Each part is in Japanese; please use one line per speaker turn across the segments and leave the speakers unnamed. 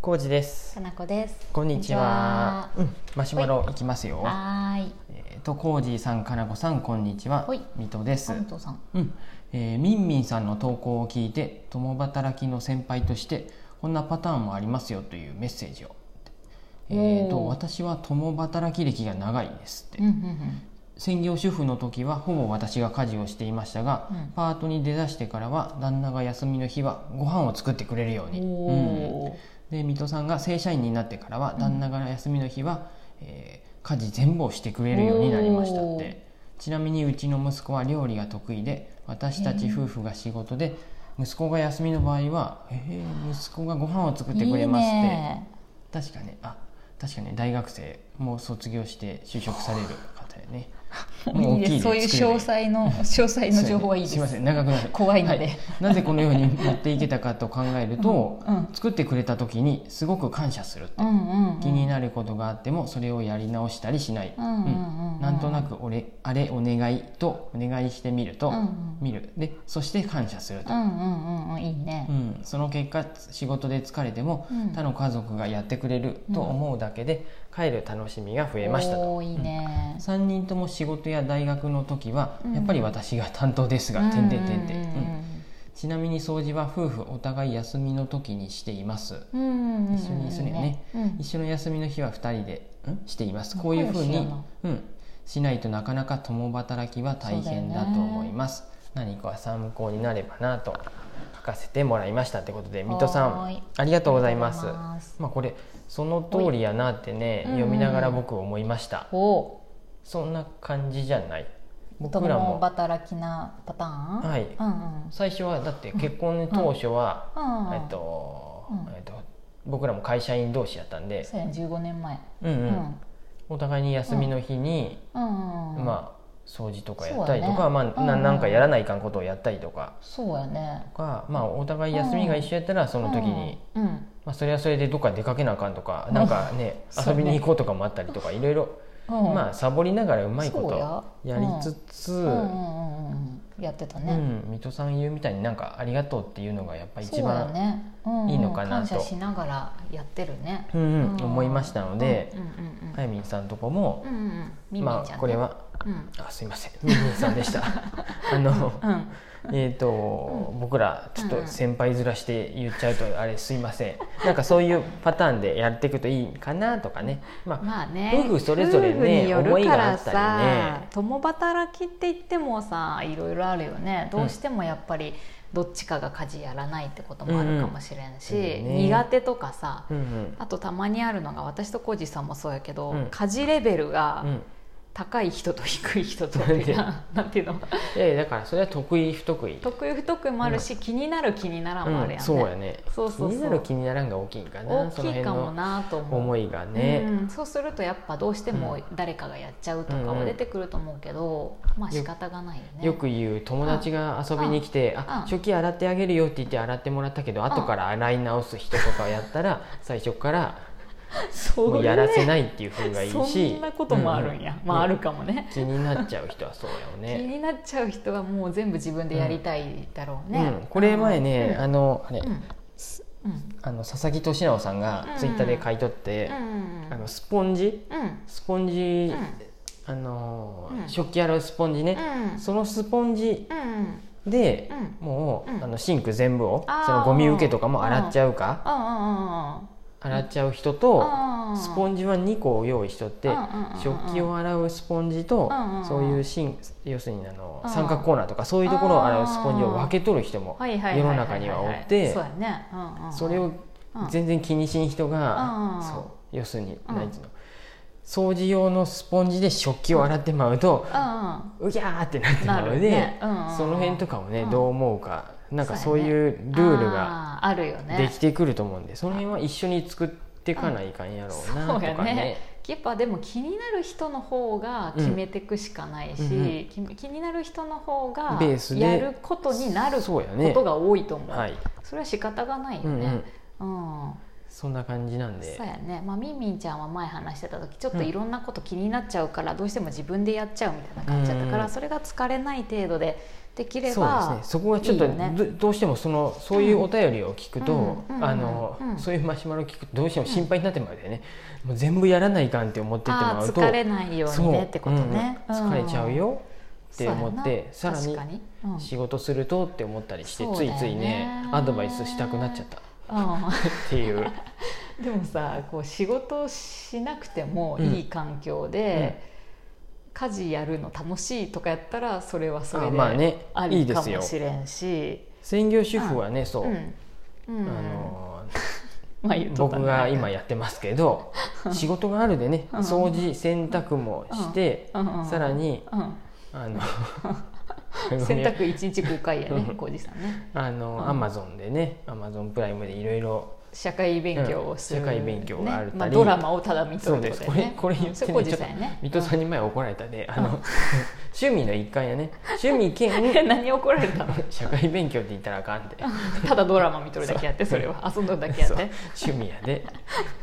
コウジです
か。なこです。
こんにちは。うん、マシュマロいきますよ
こんにち。ははーい。
えっとコウジさん、かなこさん、こんにちは
ほい。
水戸です。
安藤さん。
うん、えーみんみんさんの投稿を聞いて共働きの先輩としてこんなパターンもありますよというメッセージを、えー、
お
と
ー
私は共働き歴が長いですって、
うんうんうん。
専業主婦の時はほぼ私が家事をしていましたが、
うん
パートに出だしてからは旦那が休みの日はご飯を作ってくれるように、うん、
お
で水戸さんが正社員になってからは
ん
旦那が休みの日は、えー家事全部をしてくれるようになりましたっ
おー
てちなみにうちの息子は料理が得意で私たち
へー
夫婦が仕事で息子が休みの場合は「えー息子がご飯を作
ー。
ってくれます」って
ね
確かねあ確かね大学生もう卒業して就職される方やね
もう いいです。そういう
作れる
詳細の詳細の情報はいいです。
すいません長くなる
怖いので
はなぜこのように持っていけたかと考えると、
うんうん
作ってくれた時にすごく感謝するって、
うんうんうん。
気になることがあってもそれをやり直したりしない、
うんうんうんうん
なんとなく俺「あれお願い」とお願いしてみると、
うんうん
見るでそして感謝する
う
と、
んうんうんうんいいね
う。んその結果仕事で疲れても、
うん
他の家族がやってくれると思うだけで、帰る楽しみが増えましたと。
おーいいね。
3人とも仕事や大学の時は、
うん
やっぱり私が担当ですが、てんてんてんてんうん
う
ちなみに掃除は夫婦お互い休みの時にしています
んうんうん。
一緒にするよね
うんうんうん。
一緒の休みの日は2人でんしていますこう
仲
い
良
う
し
ふう
や
に
な、
うん、しないとなかなか共働きは大変だと思います、何か参考になればなと書かせてもらいましたってことで水戸さ
はーい
んありがとうございます
ありがとうござ
ま
います
あこれその通りやなってね
ほい
読みながら
うんうん
僕思いました、
おー。
そんな感じじゃない僕ら
共
も
働きなパターン？
はい
うんうん。
最初はだって結婚当初は、
うん。
えっ。と、
うん
えっと僕らも会社員同士やったんで、
そうやね15年前。
うんう
う
ん
ん。
お互いに休みの日に、
うんうん。
まあ掃除とかやったりと
そう
か、
だね
まあな
うんうん
なんかやらないかんことをやったりとか
そうやね
が、まあ、お互い休みが一緒やったらその時に、
うんうん
まあ、それはそれでどっか出かけなあかんとか、なんかね
そ
遊
う
び
ね
に行こうとかもあったりとかいろいろ、
うん
まあサボりながらうまいこ
そうや
とやりつつ、
うんうんうんうんやってた
う
ね、
ん、水戸さん言うみたいになんかありがとうっていうのがやっぱ一
そうや
番
ねうんうん
いいのかなと
感謝しながらやってるね
うんうん
うん
思いましたので
う、んうん
あやみんさんとこも
うん、うんうんうんみみちゃん
ま
ね
あこれは
うん
あすいませんミミンさんでした あの
うん
えっ、と、僕らちょっ
うん
と
うん
先輩ずらして言っちゃうとあれすいません なんかそういうパターンでやっていくといいかなとかねまあ
まあね
夫婦それぞれね
夫婦によるから
思
さ
いがあったりね
共働きって言ってもさいろいろあるよねどうしてもやっぱりどっちかが家事やらないってこともあるかもしれんし、
うんうんそうだね
苦手とかさ、
うんうん
あとたまにあるのが私と浩二さんもそうやけど、
うん
家事レベル
う
が
ん
高い人と低い人とっていうかなんていうの
いやいやだからそれは得意不得意
得意不得意もあるし、気になる気にならんもあるやんね、
うん、そうやね
そうそうそう
気になる気にならんが大きいんかな
大
その
きい
辺
かも
の
なと思う
思いがね、
うん、そうするとやっぱどうして
う
も
ん
誰かがやっちゃうとかは出てくると思うけど、まあ仕方がないよね
よく言う友達が遊びに来て「
ん
あ
うん
食器洗ってあげるよ」って言って洗ってもらったけど後から洗い直す人とかやったら最初から
そ
も
う
うやらせ
い
ないっていう風がいい
そ
し
んなこともあるんや、
うう
まああるかもね、
気になっちゃう人はそうやよ
気
ね
になっちゃう人はもう全部自分でやりたいだろうね、
うん、これ前ね、あのあれ、
うん、うん
あの佐々木俊直さんが
うん
ツイッターで書いとって、
うんうん
あのスポンジ
うん
スポンジ、
う
あのー
うん
食器洗うスポンジね、
ん
そのスポンジ
うん
で、
うん
もう、
うん
あのシンク全部を
あー
そのゴミ受けとかも洗っちゃうか、
あ
洗っちゃう人
あ
と、
あ
スポ
ジ
ンジは2個を用意しとって、食器を洗うスポンジと、
うんうんうん
そういうシン要するにあの、
うん
三角コーナーとかそういうところを洗うスポンジを分け取る人も世の中にはおって
そうやね、うんうん、
それを全然気にしん人
うんう
が
ん
そう要するに
うん
何ていうの掃除用のスポンジで食器を洗ってまうと
うん
うぎゃーってなって
うん、な
まう
る
の
ね
で、
うんうん、
その辺とかもね
うん
どう思うかなんかそ
そううやね
いうルールが
あーあるよね
できてくると思うんでその辺は一緒に作っていかないかんやろうな
そう
と
や
かね
ね。やっぱでも気になる人の方が決めていくしかないし、
うん
き気になる人の方が
ベースで
やることになるこ
そうやね
とが多いと思うそ
はい
れは仕方がないよ
うんうん
ね、うん
そんな感じなんで
そうやね、まあ、みんみんちゃんは前話してた時ちょっといろんなこと気になっちゃうから、どうしても自分でやっちゃうみたいな感じだったから、
うん
それが疲れない程度でできれ
そうですね
ば
そこがちょっと
いいよね
どどうしてもそのそういうお便りを聞くと、
うんうん
あの
うん
そういうマシュマロを聞くとどうしても心配になってまうんだよね、もう全部やらないかんって思ってても
あ
ら
あ
うと
疲れないようにねってことね、
そううんうん疲れちゃうよって思って
そう
さ
や
ら
な
に
確かにうん
仕事するとって思ったりして、
そうだ
つ
よ
い
ね
ついねアドバイスしたくなっちゃったっ
うん
ていう、
でもさこう仕事しなくてもいい環境で、家事やるの楽しいとかやったらそれは それ
あ
で
まあ
あ
ねいい
り
で
か
すよ
もしれんし、
専業主婦はねそう、
うんう
あ
ん
の
まあ言うとったね
僕が今やってますけ ど仕事があるでね
うん
掃除洗濯もして、
うんうんうん
さらに
うん
あの
洗濯1日5回やね
うん
浩司さんね
あの、
うん
アマゾンでねアマゾンプライムでいろいろ
社会勉強をす
う
る、
ん
ね
社会勉強があるたり
まあ、ドラマをただ見とるってことだ
そ
よね
うですこれこれ言ってね
うんそ浩司さんやね
水戸さんに前怒られたね、あの趣味の一環やね趣味兼
え 何怒られたの
社会勉強って言ったらあかんって
ただドラマ見とるだけやってそれは遊んどるだけやっ
そう
て
趣味やで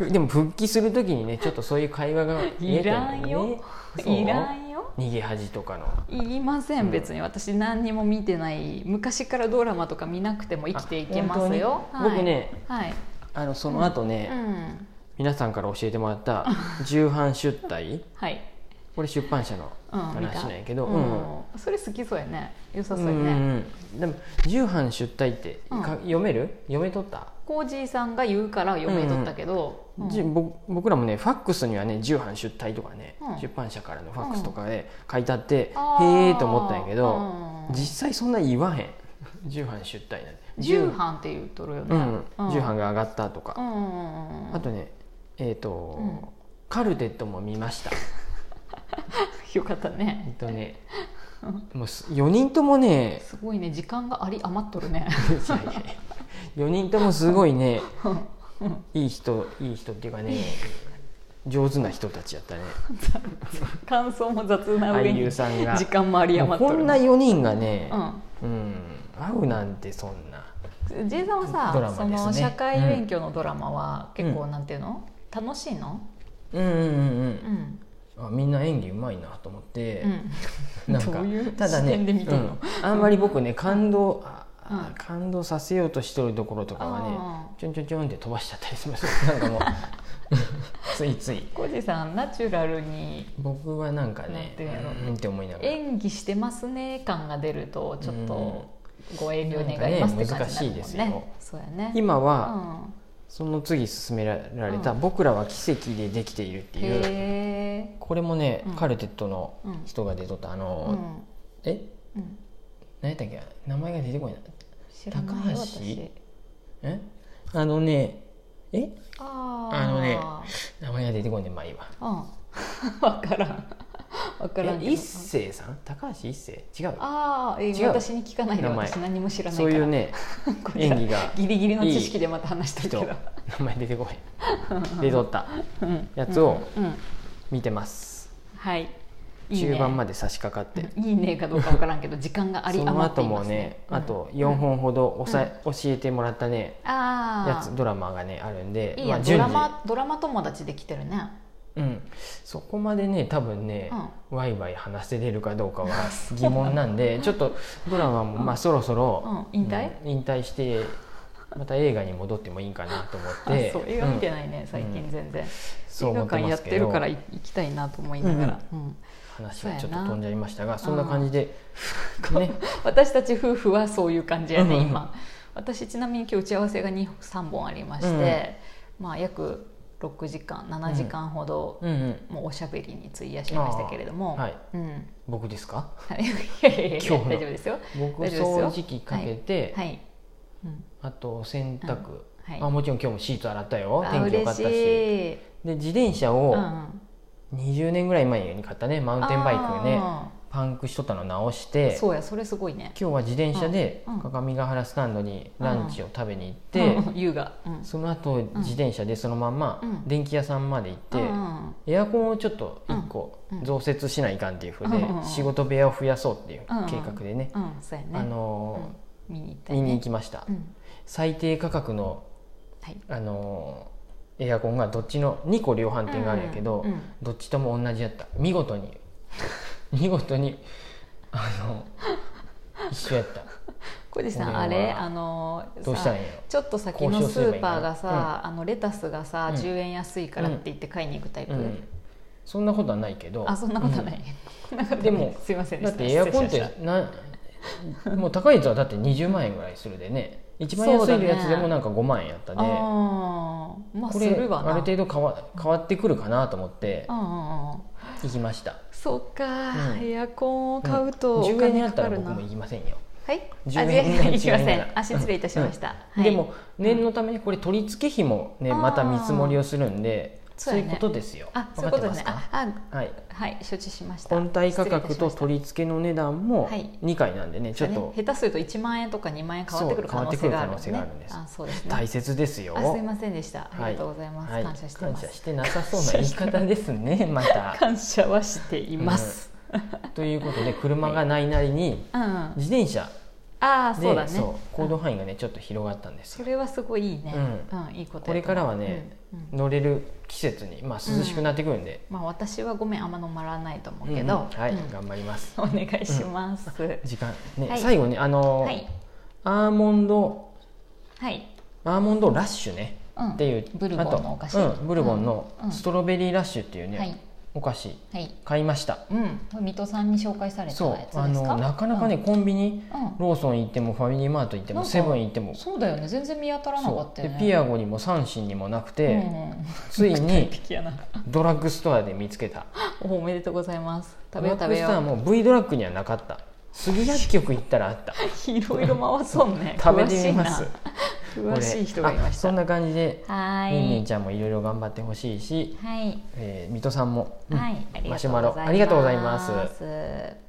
でも復帰する時にねちょっとそういう会話が見え
い
て
ら
る
ん
の
よ
ねそう
いらんよ
逃げ恥とかの
言いませ
うん
ん別に私何にも見てない昔からドラマとか見なくても生きていけますよ、
あ本当に
はい
僕ね
はい、
あのその後ね、
うん、
皆さんから教えてもら った重版出題
はい、
これ出版社の
うん、見
話
た
なんやけど、
う
うん
んそれ好きそうやね良さ
う
そ
ん
う
う
やね
んうんでも重版出題ってか、
うん
読める読めとった、
コージーさんが言うから読めとったけど、うん
じぼ僕らもねファックスにはね重版出題とかね、
うん
出版社からのファックスとかで書いてあって、
あー
へえと思ったんやけど、
うん
実際そんな言わへん重版出題なんて
重版って言うとるよね、
うん、重版
が、
が上がったとか
う、んうんうんうん、
あとねえっ、と、
うん
カルテットも見ました
よかった
えっ
ね
と ねもうす4人ともね
すごいね時間があり余っと るね
4人ともすごい ね
うん
いい人いい人っていうかね上手な人たちやったね
感想も雑な上
俳
に
優さんが
時間もあり
もう
余っ
こと
る
んな4人がね、
うん
うん、会うなんてそんな
J さんはさ、
ドラマです
そ
ね
の社会勉強のドラマは
うん
結構なんていうの、楽しいの、
うんうんうんう
うんん
あみんな演技うまいなと思って
う、ん、
なんか
どういう
ただね
視点で見て
う
んの
んあんまり僕ね感動ああ
うん
感動させようとしてるところとかは
あ
ねちょんちょんちょんって飛ばしちゃったりしますなんかもうついつい
コジさんナチュラルに
僕はなんか
なん
ね
ていうの
うんって思いながら
演技してますね感が出るとちょっとご遠慮願いますって感じになる
なんかね
もんね
難しいですよ
そうやね
今は
は、
その次進められた「
うん
僕らは奇跡でできている」って
うん、
いう
へえ
これもね
うん
カルテットの
うん
人が出とったあ
う
の
ん
え
うん
何やったっけ名前が出てこないな
知らないよ
高橋
私
えあのねえ
あー
あのね名前が出てこないまあいいわ
うん、 分からん分からんけ
え
ど
一星さん高橋一星違う
ああ、え
違う
私に聞かないで
名前
私何も知らないか
そう
ら
いうね
これ
演技が
ギリギリの知識でまた話してるけ
人
ど
名前出てこない出とった
うん
やつを
うん、うん
見てます
はいいいね
中盤まで差し掛かって
いいねかどうか分からんけど時間があり
その
余っ
後
てい
も
ます
ね
ね、
あと4本ほどおさえ教えてもらったね
うんああ
やつドラマがねあるんで
いい
ま
や
あ
ド
順
ラ
次
マドラマ友達できてるね
うんそこまでね多分ねワイワイ話せれるかどう かは
う
疑問なんでちょっとドラマもまあそろそろ
うん引退
うん引退してまた映画に戻ってもいいかなと思っ
あ
て
そう映画見て
い
ないね、最近全然、
そう
映
思っ
画
て
館
ま
や
す
っ
け
て
ど
るから行きたいなと思いながら、うん
話はちょっと飛んじゃいましたがそんな感じ でね
私たち夫婦はそういう感じやね、
うんうん
今私ちなみに今日打ち合わせが2 3本ありまして、まあ約6時間7時間ほど、
うんうん
もうおしゃべりに費やしましたけれども、
あーはい
うん
僕ですか
はい、いやいやいや
今日の
大丈夫ですよ
僕掃
大丈夫です
除
よ
機かけて
はい、うん
あと洗濯
はい、
あもちろん今日もシート洗ったよ
あ
天気良かった
嬉
し
しい
で自転車
う
を
んうん
20年ぐらい前に買ったねマウンテンバイクね
あ
パンクしとったの直し
ー
て
そうやそれすごいね
今日は自転車で
うんうん
各務原スタンドにランチを食べに行って、
うん優雅うん
その後自転車でそのまんま
うん
電気屋さんまで行って、
うん
エアコンをちょっと1個
うんうん
増設しないかんっていうふうで、
うんうん
仕事部屋を増やそうっていう
うんうん
計画でね、
うんそうやね
あの
うん見に行っ
ー
たり
見に
ね
行きました、
うん
最低価格の、
はい
あのーエアコンがどっちの2個量販店があるんやけど、
うんうん
どっちと も同じやった見事に見事にあの一緒や った
小路さ
これ
ん
は
あれあの
どうしたんやろ
さちょっと先の
交渉
ス
すればい
ー
いの
パーがさあのレタスがさ、
うん
10円安いからって言って買いに行くタイプ、
うん、そんなことはないけど
あそんなことはない、そんなことはない
でも
すいませ
うんんだ
で
っ
した
てエアコンっ
失礼
て
し
なもう高いやつはだって20万円ぐらいするでね一番安いやつでもなんか5万円やった
ました
で、
あーまあ
こ
す
れあ
るわな
る程度変わ変わってくるかなと思って
うんうんうん
行きました
そっか、
うん
エアコンを買うとお
10円に
金
な
か
った
からる
僕
な、
も行きませんよ、
はい
10
あ
円
全
になる
然いきま
10
せ
円になんる
あ失礼いたしました、はい、
でも念のためにこれ取り付け費もね
あー
また見積もりをするんでそ
そ
うう
や
い
ね
うことですよ
あそうい
分
う
か
こ
っ
と
て
で
ます
ね
すか
あ
はい
あはい承知しました
本体価格と
失礼いたしました
取り付けの値段も
はい
2回なんでねちょっと
下手すると1万円とか2万円変わってくる可能性がある,、ね、
そう変わってくる可能性があるんです
あそうです
大
ね
切ですよ
あすいませんでしたありがとうございます、
はい
感謝してます
感謝してなさそうな言い方ですね また
感謝はしています、
ということで車がないなりに
うんあ
自転車
あ
で
そうだね
そう行動
あ
範囲がねちょっと広がったんです
そ
よ
れはすごいいいね、う
うん
いいことやと思う
これからはね
うんうん
乗れる季節にまあ涼しくなってくるんで
まあ、私はごめんあんま飲まらないと思う
うん
け
うん
ど、
はい
うん
頑張ります
お願いします、
時間ね、
はい
最後にあの、
はい
アーモンド
はい、
アーモンドラッシュね、
うん、
っていう
ブルボンのお菓子
あとうん、ブルボンの
うんうん
ストロベリーラッシュっていうね、
はい
お菓子
はい
買いました
うんこれ水戸さんに紹介された
そ
やつです
う
か
あのなかなかね、、コンビニ
うんうん
ローソン行ってもファミリーマート行って
な
も
んか
セブン行っても
そうだよね全然見当たらなかった
そう
よ
で
ね
ピアゴにも三ンにもなくて、
うんうん
ついに
ピキやな
ドラッグストアで見つけた
おめでとうございます食べ
ド
よ
ラッグ
う食べ
ス
よ
トア
う
も V ドラッグにはなかった杉薬局行ったらあ った
いろいろ回そうね
食べてみます
詳しい
こ
な
れ
詳しい人がいま
あ
し
そ
た
んな感じで
は
みんみ
い
んちゃんもいろいろ頑張ってほしいし、
はい
えー、水戸さんも、うん
はい、ありがとうございます
マシュマロありがとうございます